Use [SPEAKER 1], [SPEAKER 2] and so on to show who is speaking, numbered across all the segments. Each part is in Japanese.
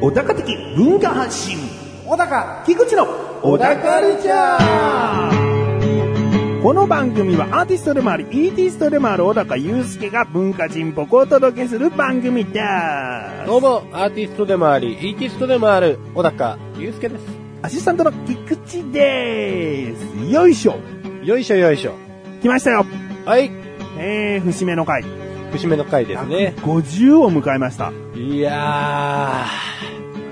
[SPEAKER 1] 小高的文化発信小高菊池の小高ルチャーこの番組はアーティストでもありイーティストでもある小高祐介が文化人僕をお届けする番組です
[SPEAKER 2] どうも、アーティストでもあり、イーティストでもある、小高祐介です。
[SPEAKER 1] アシスタントの菊池ですよいしょ
[SPEAKER 2] よいしょよいしょ。
[SPEAKER 1] 来ましたよ
[SPEAKER 2] はい、
[SPEAKER 1] えー、節目の回で
[SPEAKER 2] 節目の回ですね。
[SPEAKER 1] 50を迎えました
[SPEAKER 2] いや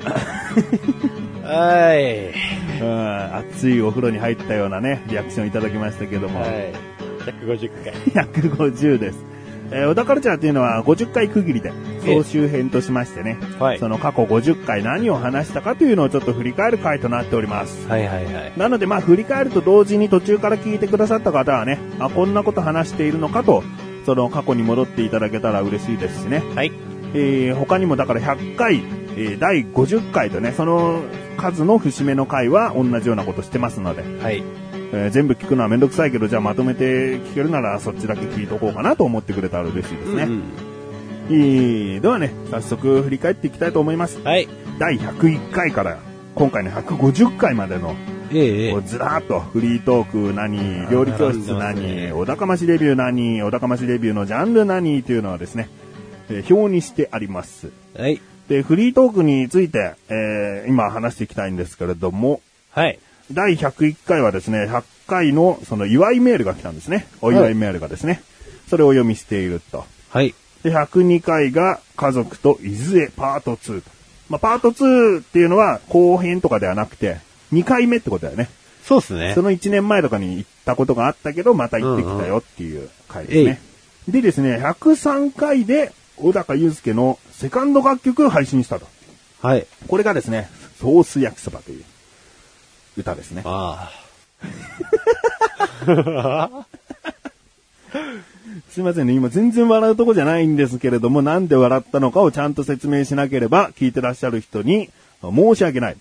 [SPEAKER 2] ー。はい。
[SPEAKER 1] うん熱いお風呂に入ったようなねリアクションいただきましたけども、
[SPEAKER 2] はい。150回。
[SPEAKER 1] 150です。えー、小田カルチャーというのは50回区切りで総集編としましてね、
[SPEAKER 2] はい
[SPEAKER 1] その過去50回何を話したかというのをちょっと振り返る回となっております。
[SPEAKER 2] はいはいはい。
[SPEAKER 1] なのでまあ振り返ると同時に途中から聞いてくださった方はね、あ、こんなこと話しているのかと、その過去に戻っていただけたら嬉しいですしね。
[SPEAKER 2] はい。
[SPEAKER 1] えー他にもだから100回、えー第50回とね、その数の節目の回は同じようなことしてますので、
[SPEAKER 2] はい。
[SPEAKER 1] えー全部聞くのはめんどくさいけど、じゃあまとめて聞けるならそっちだけ聞いとこうかなと思ってくれたら嬉しいですね。えーではね、早速振り返っていきたいと思います。
[SPEAKER 2] はい。
[SPEAKER 1] 第101回から今回の150回までの、
[SPEAKER 2] え
[SPEAKER 1] こうずらーっとフリートーク何、料理教室
[SPEAKER 2] 並んでます
[SPEAKER 1] 何、
[SPEAKER 2] ね
[SPEAKER 1] お高ましレビュー何、お高ましレビューのジャンル何というのはですね、えー表にしてあります。
[SPEAKER 2] はい。
[SPEAKER 1] で、フリートークについて、えー今話していきたいんですけれども、
[SPEAKER 2] はい。
[SPEAKER 1] 第101回はですね、100回のその祝いメールが来たんですね。お祝いメールがですね。それをお読みしていると。
[SPEAKER 2] はい。
[SPEAKER 1] で、102回が家族と伊豆へパート2と。まあ、パート2っていうのは後編とかではなくて、2回目ってことだよね。
[SPEAKER 2] そうっすね
[SPEAKER 1] そ。の1年前とかに行ったことがあったけど、また行ってきたよっていう回ですね。でですね、103回で小高祐介のセカンド楽曲を配信したと。
[SPEAKER 2] はい。
[SPEAKER 1] これがですね、ソース焼きそばという歌ですね。
[SPEAKER 2] あ
[SPEAKER 1] すいませんね、今全然笑うとこじゃないんですけれども、なんで笑ったのかをちゃんと説明しなければ、聞いてらっしゃる人に申し訳ない。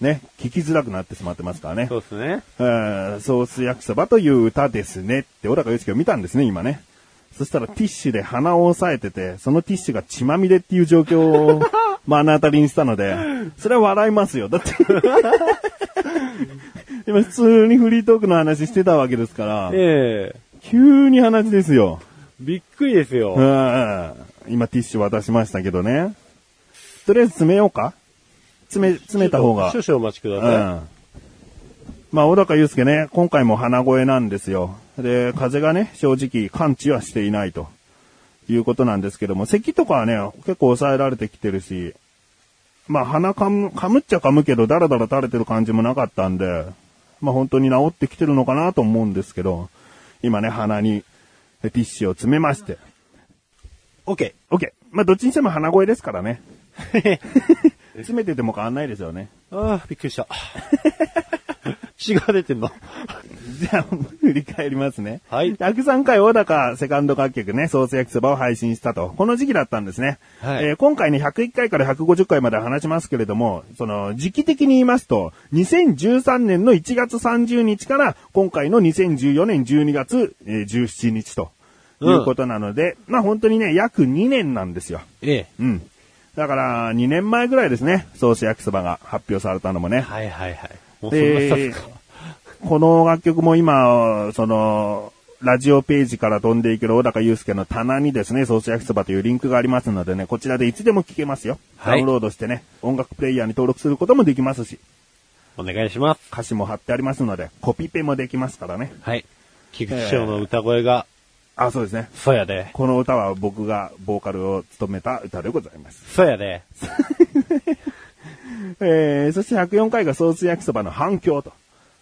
[SPEAKER 1] ね、聞きづらくなってしまってますからね。
[SPEAKER 2] そうっすね。
[SPEAKER 1] えーソース焼きそばという歌ですねって、小高祐介を見たんですね、今ね。そしたらティッシュで鼻を押さえてて、そのティッシュが血まみれっていう状況 を目の当たりにしたので、それは笑いますよ。だって。今普通にフリートークの話してたわけですから、
[SPEAKER 2] ええ
[SPEAKER 1] 急に話ですよ。
[SPEAKER 2] びっくりです
[SPEAKER 1] う
[SPEAKER 2] よ。
[SPEAKER 1] ん今ティッシュ渡しましたけどね。とりあえず詰めようか詰め、詰めた方が。
[SPEAKER 2] 少々お待ちくだ
[SPEAKER 1] う
[SPEAKER 2] さ
[SPEAKER 1] ん。まあ、小高祐介ね、今回も鼻声なんですよ。で、風邪がね、正直完治はしていないということなんですけども、咳とかはね、結構抑えられてきてるし、まあ、鼻かむ、かむっちゃかむけど、だらだら垂れてる感じもなかったんで、まあ、本当に治ってきてるのかなと思うんですけど、今ね、鼻にティッシュを詰めまして。
[SPEAKER 2] い。OK。
[SPEAKER 1] OK。まあ、どっちにしても鼻声ですからね。 詰めてても変わんないですよね。
[SPEAKER 2] ああ、びっくりした。血が出て んの。
[SPEAKER 1] じゃあ、 振り返りますね。
[SPEAKER 2] はい
[SPEAKER 1] 103回小高セカンド楽曲ね、ソース焼きそばを配信したと。この時期だったんですね。
[SPEAKER 2] はい
[SPEAKER 1] えー今回ね、101回から150回まで話しますけれども、その、時期的に言いますと、2013年の1月30日から、今回の2014年12月、えー17日と。
[SPEAKER 2] うん
[SPEAKER 1] いうことなので、まあ本当にね、約2年なんですよ。
[SPEAKER 2] ええ
[SPEAKER 1] うん。だから、2年前ぐらいですね、ソース焼きそばが発表されたのもね。
[SPEAKER 2] はいはいはい。もうそんな
[SPEAKER 1] で
[SPEAKER 2] 経つか。
[SPEAKER 1] この楽曲も今、その、ラジオページから飛んでいける小高祐介の棚にですね、ソース焼きそばというリンクがありますのでね、こちらでいつでも聴けますよ。ダ
[SPEAKER 2] はい
[SPEAKER 1] ウンロードしてね、音楽プレイヤーに登録することもできますし、
[SPEAKER 2] お願いします。
[SPEAKER 1] 歌詞も貼ってありますので、コピペもできますからね。
[SPEAKER 2] はい。菊池翔の歌声が、
[SPEAKER 1] あ、そうですね。
[SPEAKER 2] そうやで。
[SPEAKER 1] この歌は僕がボーカルを務めた歌でございます。
[SPEAKER 2] そうやで。
[SPEAKER 1] えー、そして104回がソース焼きそばの反響と。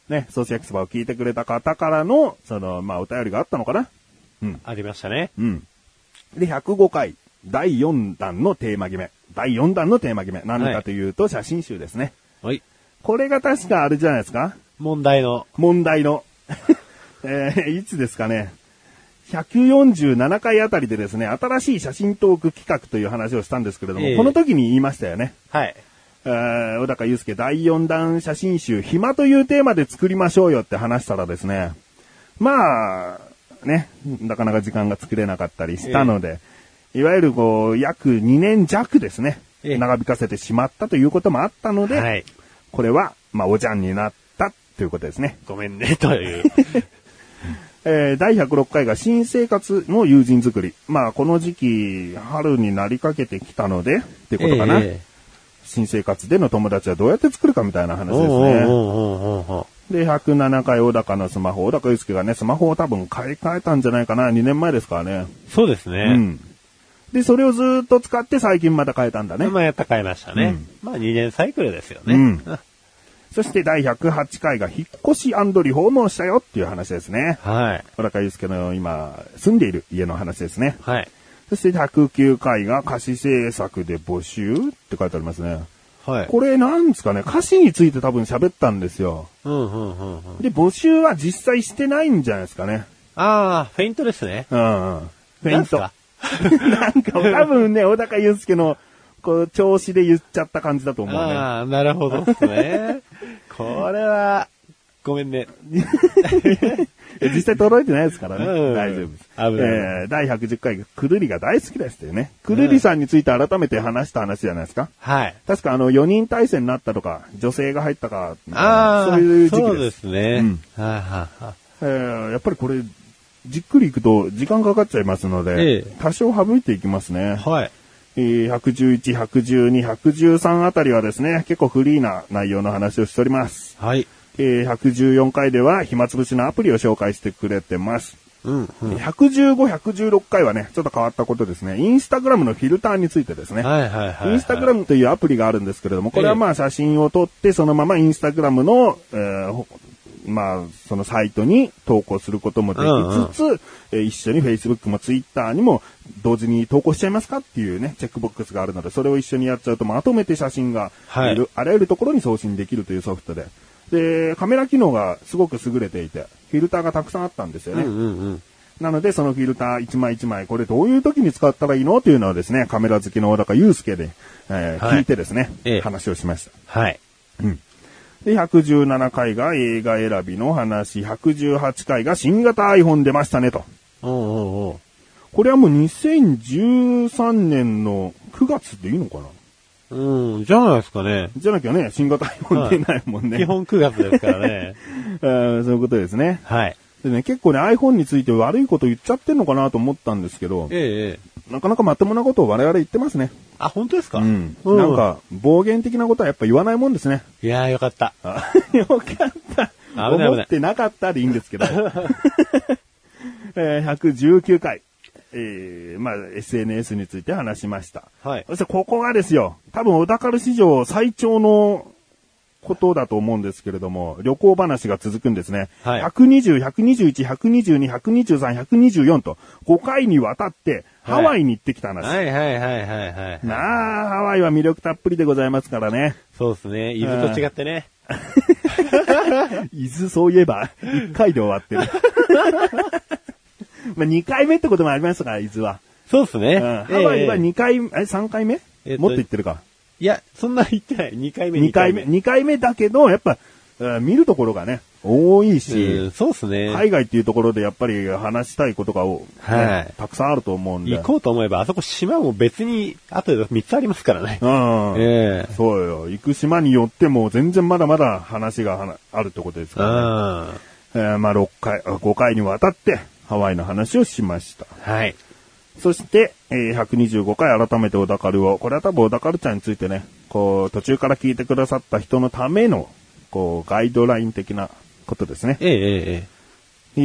[SPEAKER 1] ね、ソース焼きそばを聞いてくれた方からの、その、まあ、お便りがあったのかな
[SPEAKER 2] ありましたね。
[SPEAKER 1] うん。で、105回、第4弾のテーマ決め。第4弾のテーマ決め。何かというと、写真集ですね。
[SPEAKER 2] はい。
[SPEAKER 1] これが確かあれじゃないですか
[SPEAKER 2] 問題の、
[SPEAKER 1] 問題の。 えーいつですかね。147回あたりでですね、新しい写真トーク企画という話をしたんですけれども、
[SPEAKER 2] ええ
[SPEAKER 1] この時に言いましたよね。
[SPEAKER 2] はい。
[SPEAKER 1] えー、小高祐介第4弾写真集、暇というテーマで作りましょうよって話したらですね、まあ、ね、なかなか時間が作れなかったりしたので、いわゆるこう、約2年弱ですね、
[SPEAKER 2] ええ
[SPEAKER 1] 長引かせてしまったということもあったので、
[SPEAKER 3] はい。
[SPEAKER 1] これは、まあ、おじゃんになったということですね。
[SPEAKER 3] ごめんね、という。
[SPEAKER 1] えー第106回が新生活の友人作り。まあ、この時期、春になりかけてきたので、ってことかな。
[SPEAKER 2] え
[SPEAKER 1] 新生活での友達はどうやって作るかみたいな話ですね。
[SPEAKER 3] おうおうおうおうおう
[SPEAKER 1] で、107回小高のスマホ。小高祐介がね、スマホを多分買い替えたんじゃないかな。2年前ですからね。
[SPEAKER 3] そうですね。
[SPEAKER 1] うん。で、それをずーっと使って最近また変えたんだね。
[SPEAKER 3] まあ、やった買いましたね。
[SPEAKER 1] うん
[SPEAKER 3] まあ、2年サイクルですよね。
[SPEAKER 1] うんそして第108回が引っ越しリフォームをしたよっていう話ですね。
[SPEAKER 3] はい。
[SPEAKER 1] 小高祐介の今、住んでいる家の話ですね。
[SPEAKER 3] はい。
[SPEAKER 1] そして109回が歌詞制作で募集って書いてありますね。
[SPEAKER 3] はい。
[SPEAKER 1] これなんですかね、歌詞について多分喋ったんですよ。
[SPEAKER 3] うんうんうんうん。
[SPEAKER 1] で、募集は実際してないんじゃないですかね。
[SPEAKER 3] ああ、フェイントですね。
[SPEAKER 1] うんうん。フェイント。
[SPEAKER 3] なんす
[SPEAKER 1] なんか多分ね、小高祐介の、こう、調子で言っちゃった感じだと思うね。
[SPEAKER 3] ああ、なるほどっす ね。これは、ごめんね。
[SPEAKER 1] 実際届いてないですからね。
[SPEAKER 3] うん
[SPEAKER 1] 大丈夫です。
[SPEAKER 3] 危な
[SPEAKER 1] え
[SPEAKER 3] い
[SPEAKER 1] ー第110回がくるりが大好きですっていうね。くるりさんについて改めて話した話じゃないですか。
[SPEAKER 3] はい。
[SPEAKER 1] 確かあの、4人体制になったとか、女性が入ったか、
[SPEAKER 3] ああ、
[SPEAKER 1] そういう時期です。
[SPEAKER 3] そうですね。はいはいはい。
[SPEAKER 1] えーやっぱりこれ、じっくりいくと時間かかっちゃいますので、
[SPEAKER 3] ええ
[SPEAKER 1] 多少省いていきますね。
[SPEAKER 3] はい。
[SPEAKER 1] えー111、112、113あたりはですね、結構フリーな内容の話をしております。
[SPEAKER 3] はい。
[SPEAKER 1] えー114回では暇つぶしのアプリを紹介してくれてます。
[SPEAKER 3] うん、うん。
[SPEAKER 1] 115、116回はね、ちょっと変わったことですね。インスタグラムのフィルターについてですね。
[SPEAKER 3] はいはいはいはい。
[SPEAKER 1] インスタグラムというアプリがあるんですけれども、これはまあ写真を撮って、そのままインスタグラムの、えーほまあ、そのサイトに投稿することもできつつ、えー一緒に Facebook も Twitter にも同時に投稿しちゃいますかっていうね、チェックボックスがあるので、それを一緒にやっちゃうとまとめて写真が、
[SPEAKER 3] はい
[SPEAKER 1] いるあらゆるところに送信できるというソフトで。で、カメラ機能がすごく優れていて、フィルターがたくさんあったんですよね。
[SPEAKER 3] うんうんうん。
[SPEAKER 1] なので、そのフィルター一枚一枚、これどういう時に使ったらいいのというのはですね、カメラ好きの小高祐介で、えー
[SPEAKER 3] はい
[SPEAKER 1] 聞いてですね、
[SPEAKER 3] ええ
[SPEAKER 1] 話をしました。
[SPEAKER 3] はい。
[SPEAKER 1] で、117回が映画選びの話、118回が新型 iPhone 出ましたねと。
[SPEAKER 3] おうおうおう。
[SPEAKER 1] これはもう2013年の9月でいいのかな
[SPEAKER 3] うん、じゃないですかね。
[SPEAKER 1] じゃなきゃね、新型 iPhone 出ないもんね。
[SPEAKER 3] 基本9月ですからね。
[SPEAKER 1] えーそういうことですね。
[SPEAKER 3] はい。
[SPEAKER 1] でね、結構ね、iPhone について悪いこと言っちゃってんのかなと思ったんですけど、
[SPEAKER 3] ええええ。
[SPEAKER 1] なかなかまともなことを我々言ってますね。
[SPEAKER 3] あ、本当ですか
[SPEAKER 1] うん。なん。か、暴言的なことはやっぱ言わないもんですね。
[SPEAKER 3] いやーよかった。
[SPEAKER 1] あ よかった。
[SPEAKER 3] 危ない危ない
[SPEAKER 1] 思ってなかったでいいんですけ ど。えー119回。えーまあ、SNS について話しました。
[SPEAKER 3] はい。
[SPEAKER 1] そしてここがですよ、多分小高る史上最長のことだと思うんですけれども、旅行話が続くんですね。
[SPEAKER 3] はい
[SPEAKER 1] 120、121、122、123、124と5回にわたってハワイに行ってきた話。
[SPEAKER 3] はいはいはいはいはい。
[SPEAKER 1] なあ、ハワイは魅力たっぷりでございますからね。
[SPEAKER 3] そうですね。伊豆と違ってね。
[SPEAKER 1] 伊豆そういえば、1回で終わってる。 まあ2回目ってこともありますから、伊豆は。
[SPEAKER 3] そうですね。
[SPEAKER 1] う
[SPEAKER 3] え
[SPEAKER 1] んハワイは
[SPEAKER 3] え
[SPEAKER 1] 2回、え、3回目、
[SPEAKER 3] えっと
[SPEAKER 1] もっと言ってるか。
[SPEAKER 3] いや、そんな言ってない。2回目、
[SPEAKER 1] 2回目、。2回目だけど、やっぱ、うん見るところがね、多い
[SPEAKER 3] うん
[SPEAKER 1] し、
[SPEAKER 3] そうですね。
[SPEAKER 1] 海外っていうところでやっぱり話したいことが、お
[SPEAKER 3] はい
[SPEAKER 1] ねたくさんあると思うんで。
[SPEAKER 3] 行こうと思えば、あそこ島も別に、あと3つありますからね。
[SPEAKER 1] うん。
[SPEAKER 3] ええ
[SPEAKER 1] そうよ。行く島によっても全然まだまだ話がはなあるってことですからね。
[SPEAKER 3] うん。
[SPEAKER 1] えーまあ6回、あ5回にわたってハワイの話をしました。
[SPEAKER 3] はい。
[SPEAKER 1] そして、えー125回改めて小高るを、これは多分小高るちゃんについてね、こう、途中から聞いてくださった人のための、こう、ガイドライン的なことですね。
[SPEAKER 3] えええええ
[SPEAKER 1] え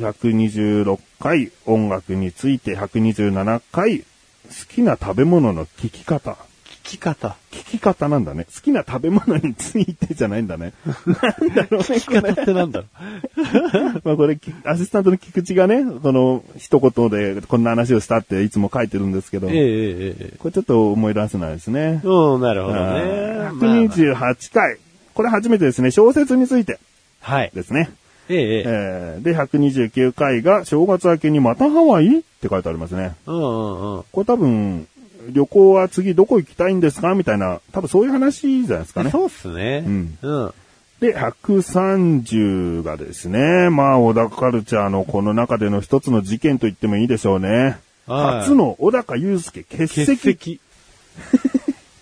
[SPEAKER 1] ー126回音楽について、127回好きな食べ物の聞き方。
[SPEAKER 3] え聞き方。
[SPEAKER 1] 聞き方なんだね。好きな食べ物についてじゃないんだね。なんだろうね、こ
[SPEAKER 3] 聞
[SPEAKER 1] れ
[SPEAKER 3] き。方ってなんだろ
[SPEAKER 1] まあこれ、きアシスタントの菊池がね、この一言でこんな話をしたっていつも書いてるんですけど、
[SPEAKER 3] う。ええええええ
[SPEAKER 1] これちょっと思い出せないですね。
[SPEAKER 3] うん、なるほどね。
[SPEAKER 1] あ
[SPEAKER 3] まあまあ
[SPEAKER 1] ー128回。これ初めてですね、小説について
[SPEAKER 3] はい。
[SPEAKER 1] ですね。
[SPEAKER 3] ええええ
[SPEAKER 1] えーで、129回が正月明けにまたハワイって書いてありますね。
[SPEAKER 3] うんうんうん。
[SPEAKER 1] これ多分、え旅行は次どこ行きたいんですかみたいな、多分そういう話じゃないですかね。
[SPEAKER 3] そうっすね。
[SPEAKER 1] うん
[SPEAKER 3] うん。
[SPEAKER 1] で、130がですね、まあ、小田カルチャーのこの中での一つの事件と言ってもいいでしょうね。
[SPEAKER 3] はい
[SPEAKER 1] 初の小高祐介欠席
[SPEAKER 3] 欠 席。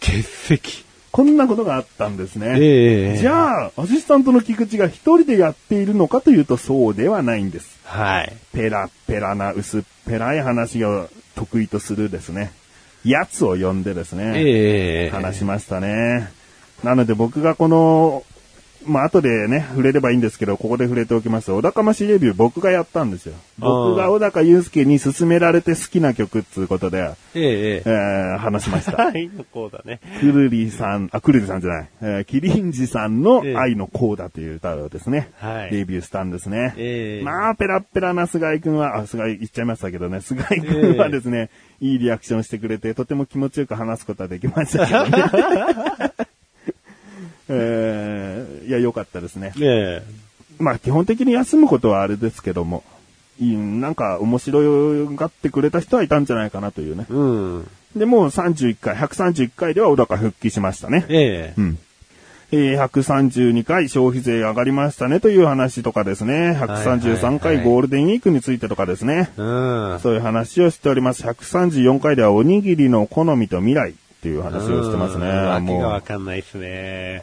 [SPEAKER 3] 欠席。
[SPEAKER 1] こんなことがあったんですね。
[SPEAKER 3] ええ
[SPEAKER 1] じゃあ、アシスタントの菊池が一人でやっているのかというとそうではないんです。
[SPEAKER 3] はい。
[SPEAKER 1] ペラペラな薄っぺらい話が得意とするですね。やつを呼んでですね、
[SPEAKER 3] ええ
[SPEAKER 1] 話しましたね。なので僕がこの、まあ後でね、触れればいいんですけど、ここで触れておきます。小高ましレビュー僕がやったんですよ。僕が小高祐介に勧められて好きな曲っつうことで、
[SPEAKER 3] え
[SPEAKER 1] えー話しました。
[SPEAKER 3] 愛の子だね。
[SPEAKER 1] くるりさん、あ、くるりさんじゃない、えーキリンジさんの愛のこうだという歌をですね、
[SPEAKER 3] はい
[SPEAKER 1] デビューしたんですね。
[SPEAKER 3] ええ
[SPEAKER 1] まあ、ペラッペラな菅井くんは、あ、菅井言っちゃいましたけどね、菅井くんはですね、いいリアクションしてくれて、とても気持ちよく話すことはできましたけどね。 えーいや、良かったですね。
[SPEAKER 3] え
[SPEAKER 1] まあ、基本的に休むことはあれですけども、いいなんか面白がってくれた人はいたんじゃないかなというね。
[SPEAKER 3] うん。
[SPEAKER 1] で、もう31回、131回では小高復帰しましたね。
[SPEAKER 3] ええ
[SPEAKER 1] うん。えー132回消費税上がりましたねという話とかですね。133
[SPEAKER 3] はいはい
[SPEAKER 1] 回
[SPEAKER 3] はい
[SPEAKER 1] ゴールデンウィークについてとかですね。
[SPEAKER 3] うん。
[SPEAKER 1] そういう話をしております。134回ではおにぎりの好みと未来っていう話をしてますね。
[SPEAKER 3] うんわけが
[SPEAKER 1] も
[SPEAKER 3] わかんないっす ね。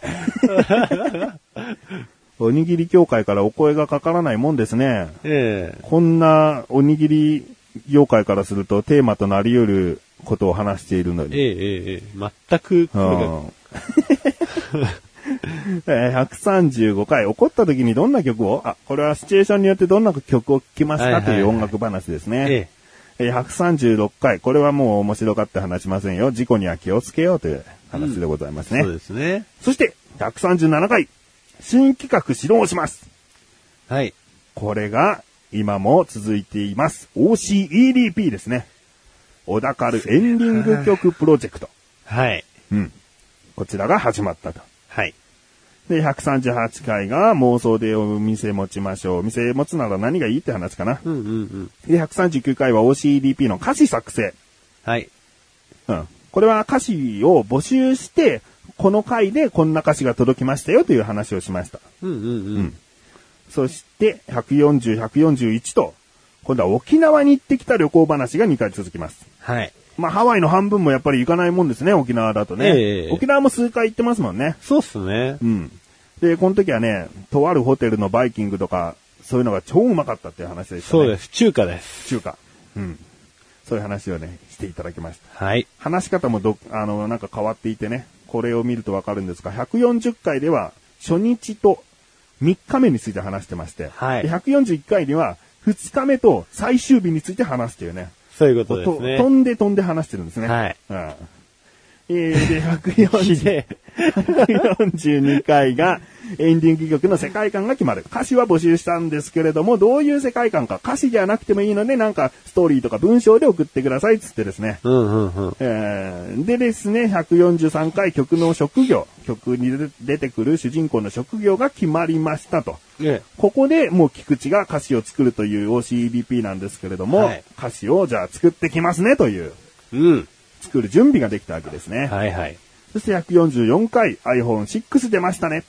[SPEAKER 1] う、おにぎり協会からお声がかからないもんですね。
[SPEAKER 3] ええ
[SPEAKER 1] こんなおにぎり業界からするとテーマとなり得ることを話しているのに
[SPEAKER 3] え。えええええ全く、これ が、
[SPEAKER 1] えー135回、怒った時にどんな曲をあ、これはシチュエーションによってどんな曲を聴きます
[SPEAKER 3] はいは
[SPEAKER 1] か
[SPEAKER 3] い
[SPEAKER 1] と
[SPEAKER 3] はい
[SPEAKER 1] いう音楽話ですね
[SPEAKER 3] え。
[SPEAKER 1] えー136回、これはもう面白かって話しませんよ。事故には気をつけようという話でございますね。
[SPEAKER 3] そうですね。
[SPEAKER 1] そして、137回、新企画始動します。
[SPEAKER 3] はい。
[SPEAKER 1] これが今も続いています。OCEDP ですね。小田カルエンディング曲プロジェクト。
[SPEAKER 3] はい。
[SPEAKER 1] うん。こちらが始まったと。
[SPEAKER 3] はい。
[SPEAKER 1] で、138回が妄想でお店持ちましょう。店持つなら何がいいって話かな。
[SPEAKER 3] うんうんうん。
[SPEAKER 1] で、139回は OCDP の歌詞作成。
[SPEAKER 3] はい。
[SPEAKER 1] うん。これは歌詞を募集して、この回でこんな歌詞が届きましたよという話をしました。
[SPEAKER 3] うんうんうん。
[SPEAKER 1] んそして、140、141と、今度は沖縄に行ってきた旅行話が2回続きます。
[SPEAKER 3] はい。
[SPEAKER 1] まあ、ハワイの半分もやっぱり行かないもんですね、沖縄だとね。
[SPEAKER 3] ええ
[SPEAKER 1] 沖縄も数回行ってますもんね。
[SPEAKER 3] そうっすね
[SPEAKER 1] う。ん。で、この時はね、とあるホテルのバイキングとか、そういうのが超うまかったっていう話でしたね。。
[SPEAKER 3] そうですす。中華です。
[SPEAKER 1] 中華。うん。そういう話をね、していただきました。
[SPEAKER 3] はい。
[SPEAKER 1] 話し方もど、あの、なんか変わっていてね、これを見るとわかるんですが、140回では、初日と3日目について話してまして、
[SPEAKER 3] はい
[SPEAKER 1] で141回では、2日目と最終日について話すというね、
[SPEAKER 3] そういうことですね。
[SPEAKER 1] と飛んで飛んで話してるんですね。
[SPEAKER 3] はい
[SPEAKER 1] うん。えー、で、140
[SPEAKER 3] ひでえ
[SPEAKER 1] 142回が、エンディング曲の世界観が決まる。歌詞は募集したんですけれども、どういう世界観か、歌詞じゃなくてもいいので、なんか、ストーリーとか文章で送ってください、つってですね。
[SPEAKER 3] うんうんうん。
[SPEAKER 1] えーでですね、143回曲の職業、曲に出て出てくる主人公の職業が決まりましたと。
[SPEAKER 3] え
[SPEAKER 1] ここでもう菊池が歌詞を作るという OCBP なんですけれども、
[SPEAKER 3] はい
[SPEAKER 1] 歌詞をじゃあ作ってきますねという、
[SPEAKER 3] え。うん。
[SPEAKER 1] 作る準備ができたわけですね。
[SPEAKER 3] はいはい。
[SPEAKER 1] そして144回 iPhone6 出ましたね。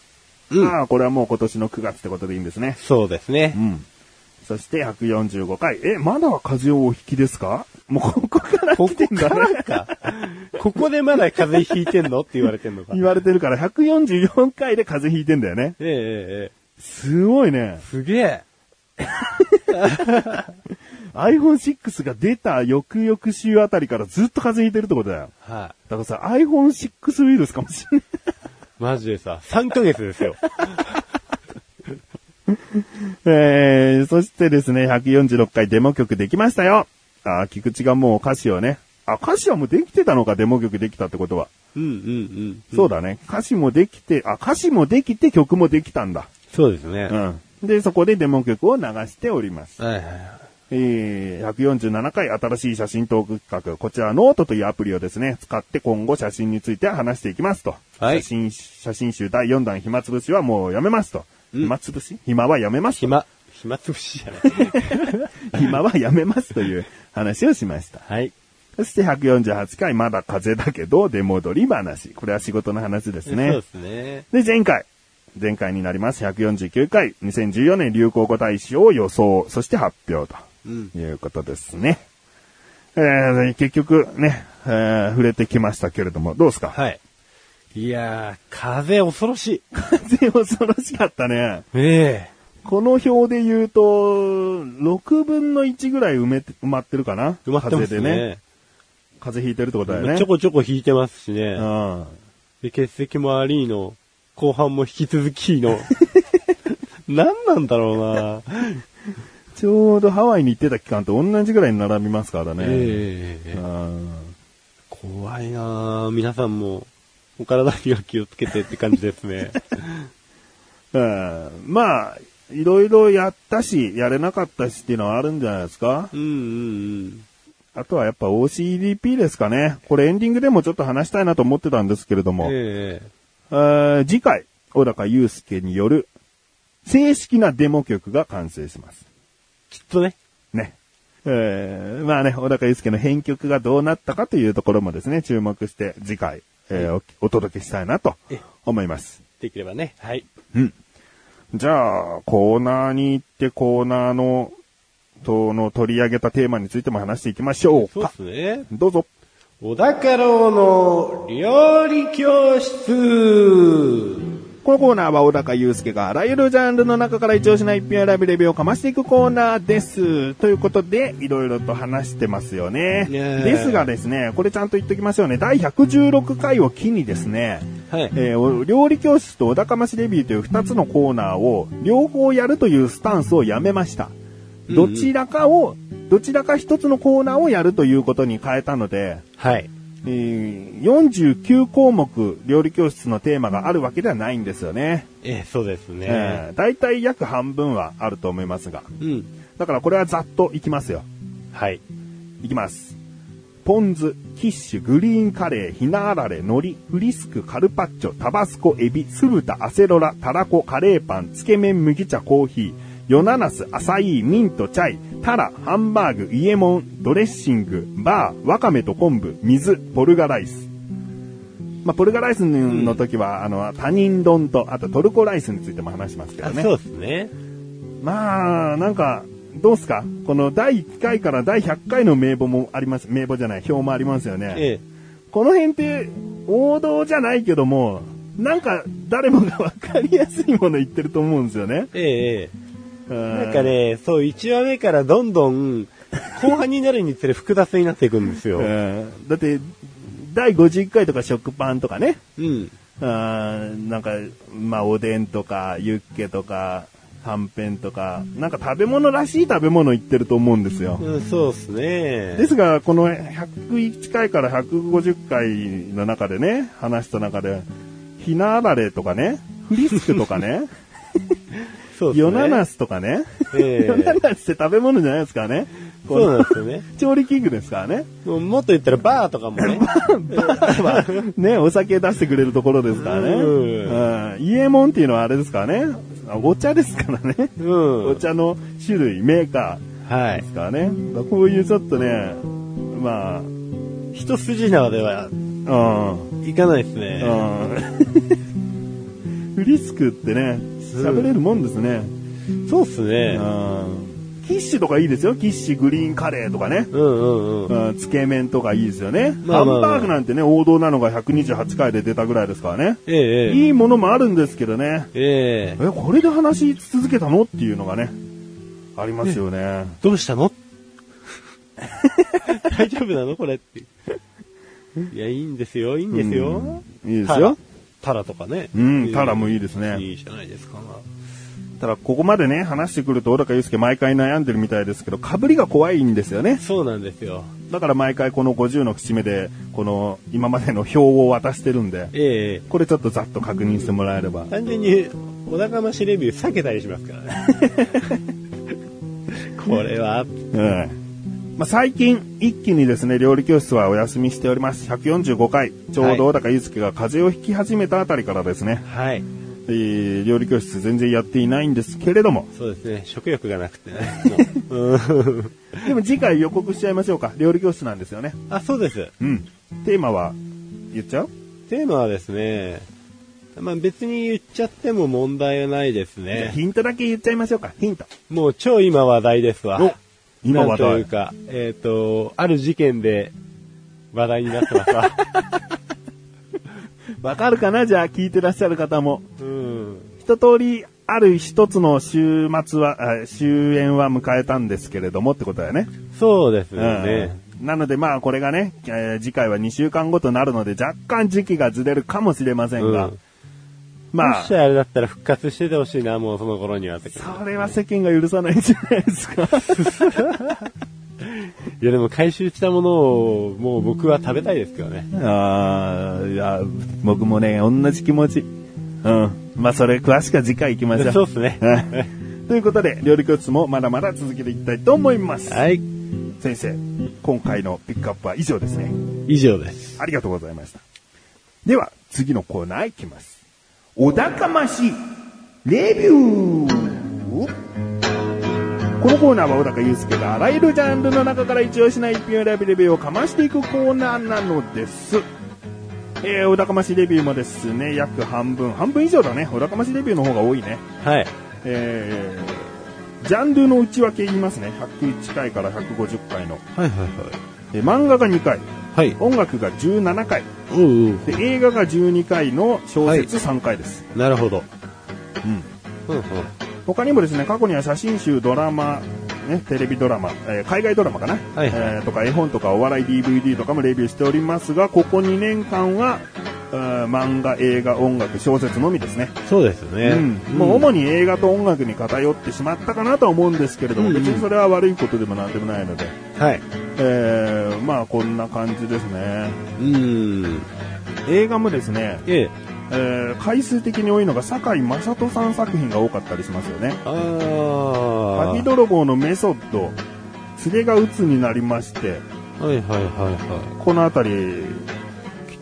[SPEAKER 3] うん
[SPEAKER 1] まあこれはもう今年の9月ってことでいいんですね。
[SPEAKER 3] そうですね
[SPEAKER 1] う。ん。そして145回、え、まだ風邪をお引きですかもうここから
[SPEAKER 3] こ
[SPEAKER 1] 来て
[SPEAKER 3] こ
[SPEAKER 1] んだ
[SPEAKER 3] か
[SPEAKER 1] ね。
[SPEAKER 3] らか。 ここでまだ風邪ひいてんのって言われてんのか。
[SPEAKER 1] 言われてるから、144回で風邪ひいてんだよね。
[SPEAKER 3] えええええ
[SPEAKER 1] すごいね
[SPEAKER 3] え。。すげえ。
[SPEAKER 1] iPhone6 が出た翌々週あたりからずっと風邪ひいてるってことだよ。
[SPEAKER 3] は
[SPEAKER 1] だからさ、iPhone6 ウイルスかもしれない。
[SPEAKER 3] い。マジでさ、3ヶ月ですよ。
[SPEAKER 1] えー、そしてですね、146回デモ曲できましたよ。あー、菊池がもう歌詞をね。あ、歌詞はもうできてたのか、デモ曲できたってことは。
[SPEAKER 3] うんうんうん。
[SPEAKER 1] そうだね。歌詞もできて、あ、歌詞もできて曲もできたんだ。
[SPEAKER 3] そうですね。
[SPEAKER 1] う
[SPEAKER 3] は
[SPEAKER 1] ん。で、そこでデモ曲を流しております。
[SPEAKER 3] いはいはい。
[SPEAKER 1] えー147回新しい写真トーク企画。こちらノートというアプリをですね、使って今後写真について話していきますと。
[SPEAKER 3] はい
[SPEAKER 1] 写真、写真集第4弾暇つぶしはもうやめますと。暇つぶし暇はやめ ますと。
[SPEAKER 3] 暇、 暇つぶしじゃない。
[SPEAKER 1] 暇はやめますという話をしました。
[SPEAKER 3] はい。
[SPEAKER 1] そして148回、まだ風邪だけど、出戻り話。これは仕事の話ですね。
[SPEAKER 3] そうですね。
[SPEAKER 1] で、前回。前回になります。149回。2014年流行語大賞を予想、そして発表
[SPEAKER 3] うん。
[SPEAKER 1] ということですね。えー、結局ね、えー触れてきましたけれども、どうですか
[SPEAKER 3] はい。いやー、風恐ろしい。
[SPEAKER 1] 風恐ろしかったね。
[SPEAKER 3] え
[SPEAKER 1] この表で言うと、6分の1ぐらい埋めて、埋まってるかな
[SPEAKER 3] え埋まってます
[SPEAKER 1] 風で
[SPEAKER 3] ね。
[SPEAKER 1] 風邪ひいてるってことだよね。
[SPEAKER 3] ちょこちょこ引いてますしね。
[SPEAKER 1] うん。
[SPEAKER 3] で、欠席もありの、後半も引き続き の。何なんだろうな。
[SPEAKER 1] ちょうどハワイに行ってた期間と同じぐらいに並びますからね。
[SPEAKER 3] ええ
[SPEAKER 1] うん
[SPEAKER 3] 怖いなあ皆さんも、お体には気をつけてって感じですね。
[SPEAKER 1] うんまあ、いろいろやったし、やれなかったしっていうのはあるんじゃないですか
[SPEAKER 3] うんうん
[SPEAKER 1] あとはやっぱ OCDP ですかね。これエンディングでもちょっと話したいなと思ってたんですけれど
[SPEAKER 3] うん。
[SPEAKER 1] も、
[SPEAKER 3] ええ
[SPEAKER 1] えー次回、小高祐介による正式なデモ曲が完成します。
[SPEAKER 3] きっとね。
[SPEAKER 1] ね。えーまあね、小高祐介の編曲がどうなったかというところもですね、注目して次回、えーおお届けしたいなと思います。
[SPEAKER 3] できればね。はい。
[SPEAKER 1] じゃあ、コーナーに行ってコーナーの、との取り上げたテーマについても話していきましょう
[SPEAKER 3] そう
[SPEAKER 1] か
[SPEAKER 3] で。すね。
[SPEAKER 1] どうぞ。
[SPEAKER 3] 小高郎の料理教室
[SPEAKER 1] このコーナーは小高祐介があらゆるジャンルの中から一押しな一品選びレビューをかましていくコーナーです。ということで、いろいろと話してますよね。
[SPEAKER 3] ねえ
[SPEAKER 1] ですがですね、これちゃんと言っときましょうね。第116回を機にですね、
[SPEAKER 3] はい。
[SPEAKER 1] えーお料理教室と小高ましレビューという2つのコーナーを両方やるというスタンスをやめました。
[SPEAKER 3] うん
[SPEAKER 1] どちらかを、どちらか1つのコーナーをやるということに変えたので、
[SPEAKER 3] はい。
[SPEAKER 1] えー49項目料理教室のテーマがあるわけではないんですよね。
[SPEAKER 3] ええそうですね。
[SPEAKER 1] えー、大体約半分はあると思いますが。
[SPEAKER 3] うん。
[SPEAKER 1] だからこれはざっといきますよ。
[SPEAKER 3] はい。
[SPEAKER 1] いきます。ポン酢、キッシュ、グリーンカレー、ひなあられ、海苔、フリスク、カルパッチョ、タバスコ、エビ、酢豚、アセロラ、タラコ、カレーパン、つけ麺、麦茶、コーヒー、ヨナナス、アサイー、ミント、チャイ、タラ、ハンバーグ、イエモン、ドレッシング、バー、ワカメと昆布、水、ポルガライス。まあ、ポルガライスの時は、あの、他人丼と、あとトルコライスについても話しますけど
[SPEAKER 3] あ
[SPEAKER 1] ね。
[SPEAKER 3] そうですね。
[SPEAKER 1] まあ、なんか、どうすかこの第1回から第100回の名簿もあります。名簿じゃない、表もありますよね。
[SPEAKER 3] ええ
[SPEAKER 1] この辺って、王道じゃないけども、なんか、誰もが分かりやすいもの言ってると思うんですよね。
[SPEAKER 3] ええええ
[SPEAKER 1] な
[SPEAKER 3] なんか、ね、そう、1話目からどんどん、後半になるにつれ複雑になっていくんですよ。
[SPEAKER 1] うんだって、第51回とか食パンとかね、
[SPEAKER 3] うん。
[SPEAKER 1] あーなんか、まあ、おでんとか、ユッケとか、はんぺんとか、なんか食べ物らしい食べ物言ってると思うんですよ。
[SPEAKER 3] うん、そうですね。
[SPEAKER 1] ですが、この101回から150回の中でね、話した中で、ひなあられとかね、フリスクとか ね、
[SPEAKER 3] そうです
[SPEAKER 1] ヨ
[SPEAKER 3] ね。
[SPEAKER 1] ナナスとかね、
[SPEAKER 3] え え
[SPEAKER 1] ヨナナスって食べ物じゃないですからね。こ
[SPEAKER 3] そうな
[SPEAKER 1] の
[SPEAKER 3] んですよね。
[SPEAKER 1] 調理器具ですからね。
[SPEAKER 3] もうもっと言ったらバーとかもね。
[SPEAKER 1] まあね、お酒出してくれるところですからね。
[SPEAKER 3] うん
[SPEAKER 1] うんイエモンっていうのはあれですからね。お茶ですからね。
[SPEAKER 3] うん。
[SPEAKER 1] お茶の種類、メーカ
[SPEAKER 3] は
[SPEAKER 1] ーで
[SPEAKER 3] い
[SPEAKER 1] す。からね。こういうちょっとね、まあ、う
[SPEAKER 3] 一筋縄では
[SPEAKER 1] ん。
[SPEAKER 3] いかないですね。
[SPEAKER 1] うんフリスクってね、喋れるもんですね。
[SPEAKER 3] そうです
[SPEAKER 1] う
[SPEAKER 3] ね。
[SPEAKER 1] んキッシュとかいいですよ。キッシュ、グリーンカレーとかね。
[SPEAKER 3] うんうんうん。
[SPEAKER 1] うんつけ麺とかいいですよね。
[SPEAKER 3] まあまあまあ
[SPEAKER 1] ハンバーグなんてね、王道なのが128回で出たぐらいですからね。
[SPEAKER 3] えええ
[SPEAKER 1] いいものもあるんですけどね。
[SPEAKER 3] えええ
[SPEAKER 1] え、これで話し続けたのっていうのがね、ありますよね。
[SPEAKER 3] どうしたの 大丈夫なのこれ って。いや、いいんですよ、いいんですよ。
[SPEAKER 1] いいです
[SPEAKER 3] タラ
[SPEAKER 1] よ。。
[SPEAKER 3] タラとかね。
[SPEAKER 1] うん、タラもいいですね。
[SPEAKER 3] いいじゃないですか。
[SPEAKER 1] ただ、ここまでね、話してくると、小高祐介毎回悩んでるみたいですけど、被りが怖いんですよね。
[SPEAKER 3] そうなんですよ。
[SPEAKER 1] だから毎回この50の節目で、この今までの表を渡してるんで、
[SPEAKER 3] ええ
[SPEAKER 1] これちょっとざっと確認してもらえれば。
[SPEAKER 3] 単純に、お高ましレビュー避けたりしますからね。 これは、
[SPEAKER 1] うん。まあ、最近、一気にですね、料理教室はお休みしております。145回、ちょうど小高祐介が風邪をひき始めたあたりからですね、
[SPEAKER 3] はい。
[SPEAKER 1] えー料理教室全然やっていないんですけれども、
[SPEAKER 3] そうですね。食欲がな くてね。
[SPEAKER 1] でも次回予告しちゃいましょうか。料理教室なんですよね。
[SPEAKER 3] あ、そうです。
[SPEAKER 1] うん。テーマは、言っちゃう
[SPEAKER 3] テーマはですね、まあ別に言っちゃっても問題はないです
[SPEAKER 1] じゃあ
[SPEAKER 3] ね。
[SPEAKER 1] ヒントだけ言っちゃいましょうか。ヒント。
[SPEAKER 3] もう超今話題ですわ。
[SPEAKER 1] お今話
[SPEAKER 3] なんとい
[SPEAKER 1] 題
[SPEAKER 3] う。か、えっ、と、ある事件で話題になってま すわ。
[SPEAKER 1] わかるかなじゃあ聞いてらっしゃる方も。
[SPEAKER 3] うん。
[SPEAKER 1] 一通り、ある一つの週末は、あ終焉は迎えたんですけれどもってことだよね。
[SPEAKER 3] そうです
[SPEAKER 1] うん
[SPEAKER 3] ね。
[SPEAKER 1] なのでまあこれがね、えー次回は2週間後となるので若干時期がずれるかもしれませんが、
[SPEAKER 3] うん
[SPEAKER 1] ま
[SPEAKER 3] も
[SPEAKER 1] あ
[SPEAKER 3] し、あれだったら復活しててほしいな、もうその頃には。い
[SPEAKER 1] それは世間が許さないじゃないです か。
[SPEAKER 3] やでも回収したものをもう僕は食べたいですけどね。
[SPEAKER 1] ああ、いや、僕もね、同じ気持ち。うん。まあ、それ詳しくは次回行きましょう。
[SPEAKER 3] そうっすね
[SPEAKER 1] うんということで、料理教室もまだまだ続けていきたいと思います。
[SPEAKER 3] はい。
[SPEAKER 1] 先生、今回のピックアップは以上ですね。
[SPEAKER 3] 以上です。
[SPEAKER 1] ありがとうございました。では、次のコーナー行きます。お高ましいレビューこのコーナーは小高祐介があらゆるジャンルの中から一応しない一品を選びレビューをかましていくコーナーなのです。えー、お高ましレビューもですね、約半分、半分以上だね。お高ましレビューの方が多いね。
[SPEAKER 3] はい。
[SPEAKER 1] えー、ジャンルの内訳言いますね。101回から150回の。
[SPEAKER 3] はいはい
[SPEAKER 1] えー漫画が2回、
[SPEAKER 3] はい。はい。
[SPEAKER 1] 音楽が17回、
[SPEAKER 3] うんうん。
[SPEAKER 1] で映画が12回の小説3回です、
[SPEAKER 3] なるほど。
[SPEAKER 1] うん
[SPEAKER 3] うんうん。
[SPEAKER 1] 他にもですね過去には写真集ドラマ、ね、テレビドラマ、えー海外ドラマかな、
[SPEAKER 3] はいはい
[SPEAKER 1] えーとか絵本とかお笑い DVD とかもレビューしておりますがここ2年間はえー漫画、映画、音楽、小説のみですね。
[SPEAKER 3] そうですね。
[SPEAKER 1] うん。もう主に映画と音楽に偏ってしまったかなとは思うんですけれども、
[SPEAKER 3] うんうん
[SPEAKER 1] 別にそれは悪いことでもなんでもないので、
[SPEAKER 3] はい。
[SPEAKER 1] えー、まあこんな感じですね。
[SPEAKER 3] うん。
[SPEAKER 1] 映画もですね、
[SPEAKER 3] ええ。
[SPEAKER 1] えー回数的に多いのが堺井雅人さん作品が多かったりしますよね。
[SPEAKER 3] ああ。
[SPEAKER 1] 鍵泥棒のメソッド、連れが鬱になりまして、
[SPEAKER 3] はいはいはいは
[SPEAKER 1] この辺り来
[SPEAKER 3] い。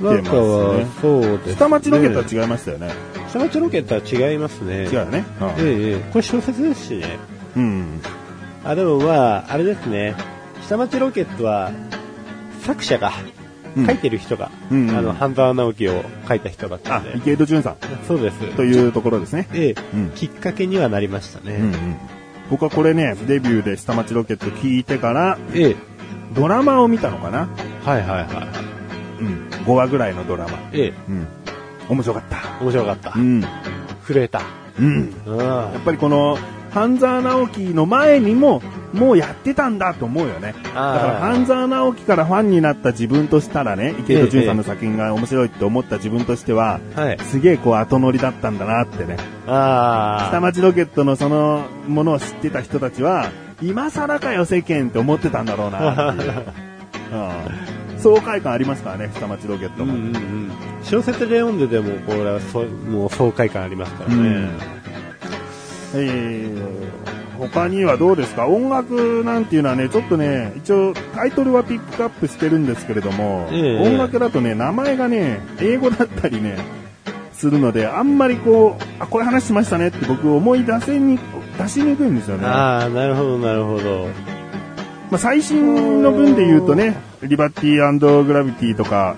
[SPEAKER 1] て
[SPEAKER 3] なん
[SPEAKER 1] ます
[SPEAKER 3] かは
[SPEAKER 1] ね。、
[SPEAKER 3] そうです、ね。
[SPEAKER 1] 下町ロケとは違いましたよね。
[SPEAKER 3] 下町ロケットは違いますね。
[SPEAKER 1] 違うよね。
[SPEAKER 3] ええええ。これ小説ですしね。
[SPEAKER 1] うん。
[SPEAKER 3] あ、でもまあ、あれですね。下町ロケットは、作者が、
[SPEAKER 1] うん
[SPEAKER 3] 書いてる人が、
[SPEAKER 1] うんうん
[SPEAKER 3] あの、半沢直樹を書いた人だった
[SPEAKER 1] あ
[SPEAKER 3] ん、で。
[SPEAKER 1] 池井戸潤さん
[SPEAKER 3] そうです。
[SPEAKER 1] というところですね。
[SPEAKER 3] ええ、
[SPEAKER 1] うん
[SPEAKER 3] きっかけにはなりましたね。
[SPEAKER 1] うんうん。僕はこれね、デビューで下町ロケット聞いてから、
[SPEAKER 3] ええ、
[SPEAKER 1] ドラマを見たのかな
[SPEAKER 3] はいはいは
[SPEAKER 1] うん。5話ぐらいのドラマ。
[SPEAKER 3] い。ええ、
[SPEAKER 1] うん。面白かった。
[SPEAKER 3] 面白かった。
[SPEAKER 1] うん。
[SPEAKER 3] 震えた。
[SPEAKER 1] うん。
[SPEAKER 3] うん。
[SPEAKER 1] やっ
[SPEAKER 3] あ
[SPEAKER 1] ぱりこの、半沢直樹の前にも、もうやってたんだと思うよね。だから
[SPEAKER 3] あ
[SPEAKER 1] 半沢直樹からファンになった自分としたらね、池井戸潤さんの作品が面白いって思った自分としては、
[SPEAKER 3] ー。はい。
[SPEAKER 1] すげえこう後乗りだったんだなってね。
[SPEAKER 3] あ
[SPEAKER 1] 下
[SPEAKER 3] あ。
[SPEAKER 1] 町ロケットのそのものを知ってた人たちは、今更かよ世間って思ってたんだろう なっていう、うん爽快感ありますからね、下町ロケッ
[SPEAKER 3] う
[SPEAKER 1] ト
[SPEAKER 3] んう
[SPEAKER 1] も。
[SPEAKER 3] んうん。小説で読んでても、これはそ、もう爽快感ありますからね。
[SPEAKER 1] うんえー他にはどうですか音楽なんていうのはね、ちょっとね、一応タイトルはピックアップしてるんですけれども、
[SPEAKER 3] ええ
[SPEAKER 1] 音楽だとね、名前がね、英語だったりね、するので、あんまりこう、あ、これ話しましたねって僕思い出せに、出しにくいんですよね。ま
[SPEAKER 3] ああ、なるほどなるほど。
[SPEAKER 1] あ、最新の分で言うとね、リバティグラビティとか、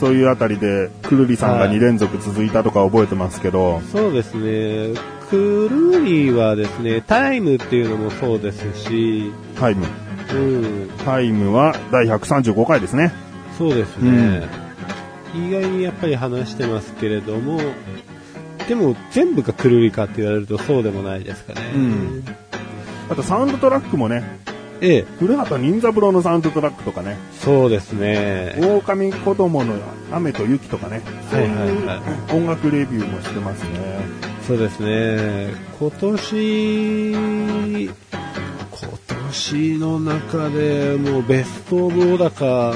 [SPEAKER 1] そういうあたりで、くるりさんが2連続続いたとか覚えてますけど、
[SPEAKER 3] そうですね。くるりはですね、タイムっていうのもそうですし、
[SPEAKER 1] タイム。
[SPEAKER 3] うん。
[SPEAKER 1] タイムは第135回ですね。
[SPEAKER 3] そうですね、意外にやっぱり話してますけれどもでも全部がくるりかって言われるとそうでもないですかね、
[SPEAKER 1] うんあとサウンドトラックもね、
[SPEAKER 3] ええ
[SPEAKER 1] 古畑任三郎のサウンドトラックとかね、
[SPEAKER 3] そうですね
[SPEAKER 1] 狼子供の雨と雪とかね、そう
[SPEAKER 3] はいいはいうはい
[SPEAKER 1] 音楽レビューもしてますね。
[SPEAKER 3] そうですね今年今年の中でもうベストオブ小高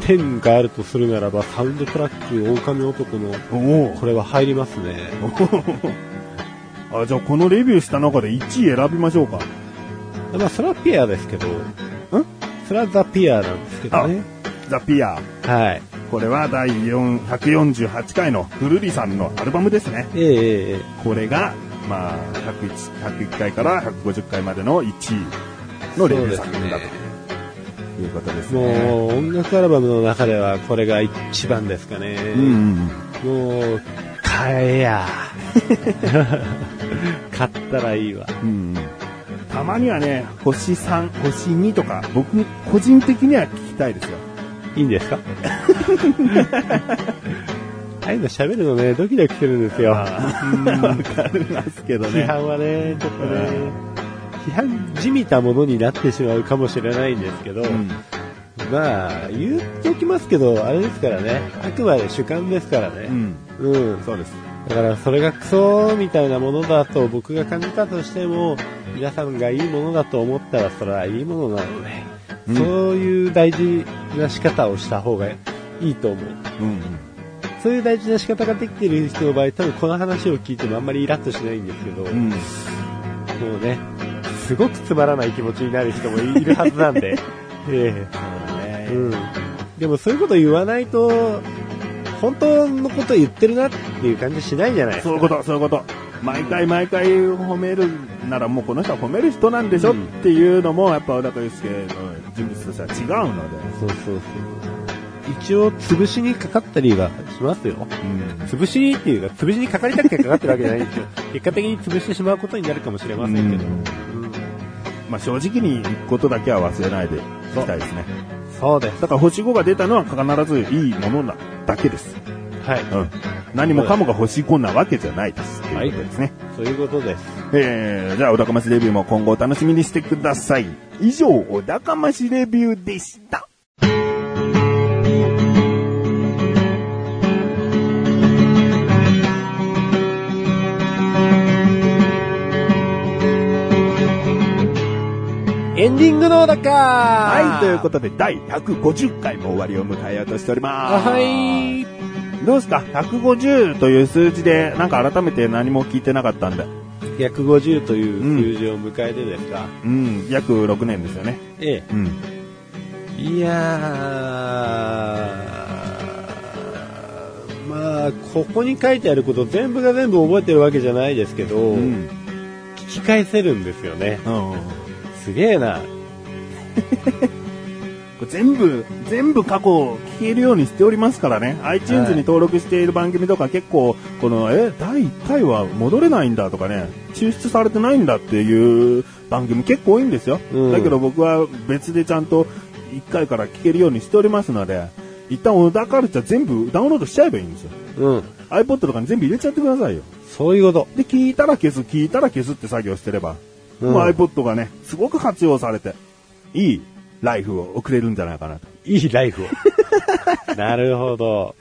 [SPEAKER 3] 10があるとするならばサウンドトラック狼男の
[SPEAKER 1] おお
[SPEAKER 3] これは入りますね
[SPEAKER 1] あ、じゃあこのレビューした中で1位選びましょうか。
[SPEAKER 3] まあそれはピアですけどんそれはザ・ピアなんですけどね
[SPEAKER 1] ザ・ピア。
[SPEAKER 3] はい
[SPEAKER 1] これは第4 148回のフルリさんのアルバムですね。
[SPEAKER 3] ええええ
[SPEAKER 1] これが、まあ、101, 101回から150回までの1位のレベル作品だということですね。
[SPEAKER 3] もう音楽アルバムの中ではこれが一番ですかね。
[SPEAKER 1] うんうんうん
[SPEAKER 3] もう、買えや。買ったらいいわ。
[SPEAKER 1] うんたまにはね、星3、星2とか、僕、個人的には聞きたいですよ。
[SPEAKER 3] いいんですかああいうの喋るのね、ドキドキするんですよ。
[SPEAKER 1] わかりますけど
[SPEAKER 3] 批
[SPEAKER 1] ね。
[SPEAKER 3] 判はね、ちょっと
[SPEAKER 1] う
[SPEAKER 3] ね、批判じみたものになってしまうかもしれないんですけど、
[SPEAKER 1] うん
[SPEAKER 3] まあ、言っておきますけど、あれですからね、あくまで主観ですから
[SPEAKER 1] う
[SPEAKER 3] ね。
[SPEAKER 1] ん、
[SPEAKER 3] うん
[SPEAKER 1] そうです。
[SPEAKER 3] だからそれがクソみたいなものだと僕が感じたとしても皆さんがいいものだと思ったらそれはいいものなので、
[SPEAKER 1] うん
[SPEAKER 3] そういう大事な仕方をした方がいいと思う
[SPEAKER 1] うん、
[SPEAKER 3] そういう大事な仕方ができてる人の場合多分この話を聞いてもあんまりイラッとしないんですけど、
[SPEAKER 1] うん。
[SPEAKER 3] もうねすごくつまらない気持ちになる人もいるはずなん で、ええうん、でもそういうこと言わないと本当のこと言ってるなっていう感じしないじゃないですか
[SPEAKER 1] そういうこと、そういうこと。毎回毎回褒めるならもうこの人は褒める人なんでしょ、
[SPEAKER 3] うん
[SPEAKER 1] っていうのも、やっぱ小高祐介の人物としては違うので。
[SPEAKER 3] そうそうそう。一応、潰しにかかったりはしますよ。
[SPEAKER 1] うん
[SPEAKER 3] 潰しにっていうか、潰しにかかりたくてかかってるわけじゃないんですよ。結果的に潰してしまうことになるかもしれませんけど。
[SPEAKER 1] うん
[SPEAKER 3] うん
[SPEAKER 1] まあ、正直に言うことだけは忘れないでいきたいですね。
[SPEAKER 3] そうです。
[SPEAKER 1] だから星5が出たのは必ずいいものなだけです。
[SPEAKER 3] はい。
[SPEAKER 1] うん。何もかもが星5なわけじゃないです。ということですね。
[SPEAKER 3] そういうことです。
[SPEAKER 1] えー、じゃあ、小高ましレビューも今後お楽しみにしてください。以上、小高ましレビューでした。
[SPEAKER 2] エンディングのだか
[SPEAKER 1] は、
[SPEAKER 2] はい
[SPEAKER 1] ということで、第150回も終わりを迎えようとしております。
[SPEAKER 2] はい。
[SPEAKER 1] どうですか ?150 という数字で、なんか改めて何も聞いてなかったんで。
[SPEAKER 3] 150という数字を迎えてですか、
[SPEAKER 1] うん、約6年ですよね。
[SPEAKER 3] え
[SPEAKER 1] うん。
[SPEAKER 3] え。いやー、まあ、ここに書いてあること全部が全部覚えてるわけじゃないですけど、
[SPEAKER 1] うん。
[SPEAKER 3] 聞き返せるんですよね。
[SPEAKER 1] うん。
[SPEAKER 3] すげえな。
[SPEAKER 1] これ全部、全部過去を聞けるようにしておりますからね。iTunes に登録している番組とか結構、この、え、第1回は戻れないんだとかね、抽出されてないんだっていう番組結構多いんですよ。
[SPEAKER 3] うん
[SPEAKER 1] だけど僕は別でちゃんと1回から聞けるようにしておりますので、一旦小田カルチャー全部ダウンロードしちゃえばいいんですよ。
[SPEAKER 3] うん。
[SPEAKER 1] iPod とかに全部入れちゃってくださいよ。
[SPEAKER 3] そういうこと。
[SPEAKER 1] で、聞いたら消す、聞いたら消すって作業してれば、
[SPEAKER 3] うん
[SPEAKER 1] もう iPod がね、すごく活用されて、いいライフを送れるんじゃないかなと。
[SPEAKER 3] いいライフを。 なるほど。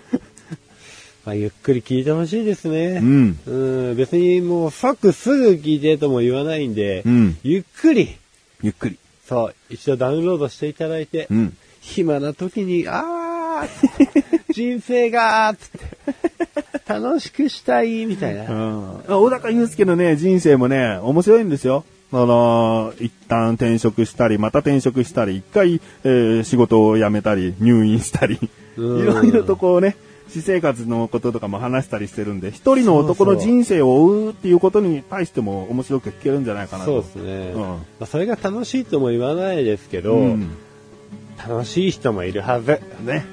[SPEAKER 3] まあ、ゆっくり聞いてほしいですね。
[SPEAKER 1] うん。
[SPEAKER 3] うん別にもう即すぐ聞いてとも言わないんで、
[SPEAKER 1] うん
[SPEAKER 3] ゆっくり、
[SPEAKER 1] ゆっくり。
[SPEAKER 3] そう、一度ダウンロードしていただいて、
[SPEAKER 1] うん。
[SPEAKER 3] 暇な 時に、あー、人生がーつって、楽しくしたい、みたいな。
[SPEAKER 1] 小高祐介のね、人生もね、面白いんですよ。あのー一旦転職したり、また転職したり、一回、えー仕事を辞めたり、入院したり、い
[SPEAKER 3] うん
[SPEAKER 1] ろいろとこうね、私生活のこととかも話したりしてるんで、一人の男
[SPEAKER 3] そう
[SPEAKER 1] の
[SPEAKER 3] そう
[SPEAKER 1] 人生を追うっていうことに対しても面白く聞けるんじゃないかな
[SPEAKER 3] そう
[SPEAKER 1] と。
[SPEAKER 3] ですね。
[SPEAKER 1] うん
[SPEAKER 3] まあ、それが楽しいとも言わないですけど、
[SPEAKER 1] うん
[SPEAKER 3] 楽しい人もいるはず。
[SPEAKER 1] ね。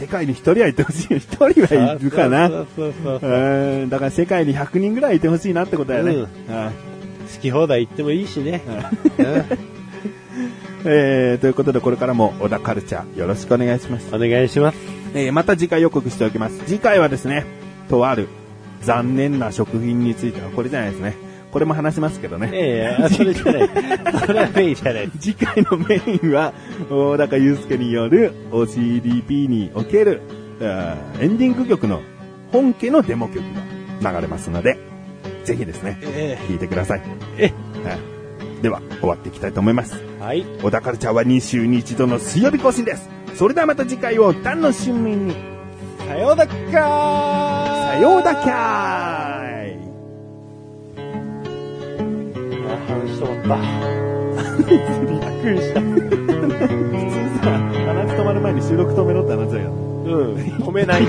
[SPEAKER 1] 世界に一人はいてほしい。一人はいるかな。
[SPEAKER 3] そううそうそうそう
[SPEAKER 1] ーん。だから世界に100人ぐらいいてほしいなってことだよね。
[SPEAKER 3] うん
[SPEAKER 1] はい
[SPEAKER 3] 好き放題言ってもいいしね。うん
[SPEAKER 1] えーということでこれからも小田カルチャーよろしくお願いします。
[SPEAKER 3] お願いし ます。
[SPEAKER 1] えーまた次回予告しておきます。次回はですね、とある残念な食品についてはこれじゃないですね。これも話しますけどね。
[SPEAKER 3] ええ、それじゃない。それはメインじゃない。
[SPEAKER 1] 次回のメインは、大高祐介による OCDP における、あーエンディング曲の本家のデモ曲が流れますので、ぜひですね、
[SPEAKER 3] え
[SPEAKER 1] 聴いてください。
[SPEAKER 3] え
[SPEAKER 1] はいでは、終わっていきたいと思います。
[SPEAKER 3] え。はい。
[SPEAKER 1] 小田カルチャーは2週に1度の水曜日更新です。それではまた次回をお楽しみに。
[SPEAKER 3] さようだっかー
[SPEAKER 1] さようだきゃ ーい。
[SPEAKER 3] あ話し止ま った。びっくりした。
[SPEAKER 1] 普通さ、話止まる前に収録止めろって話だよ。
[SPEAKER 3] うん、止めない。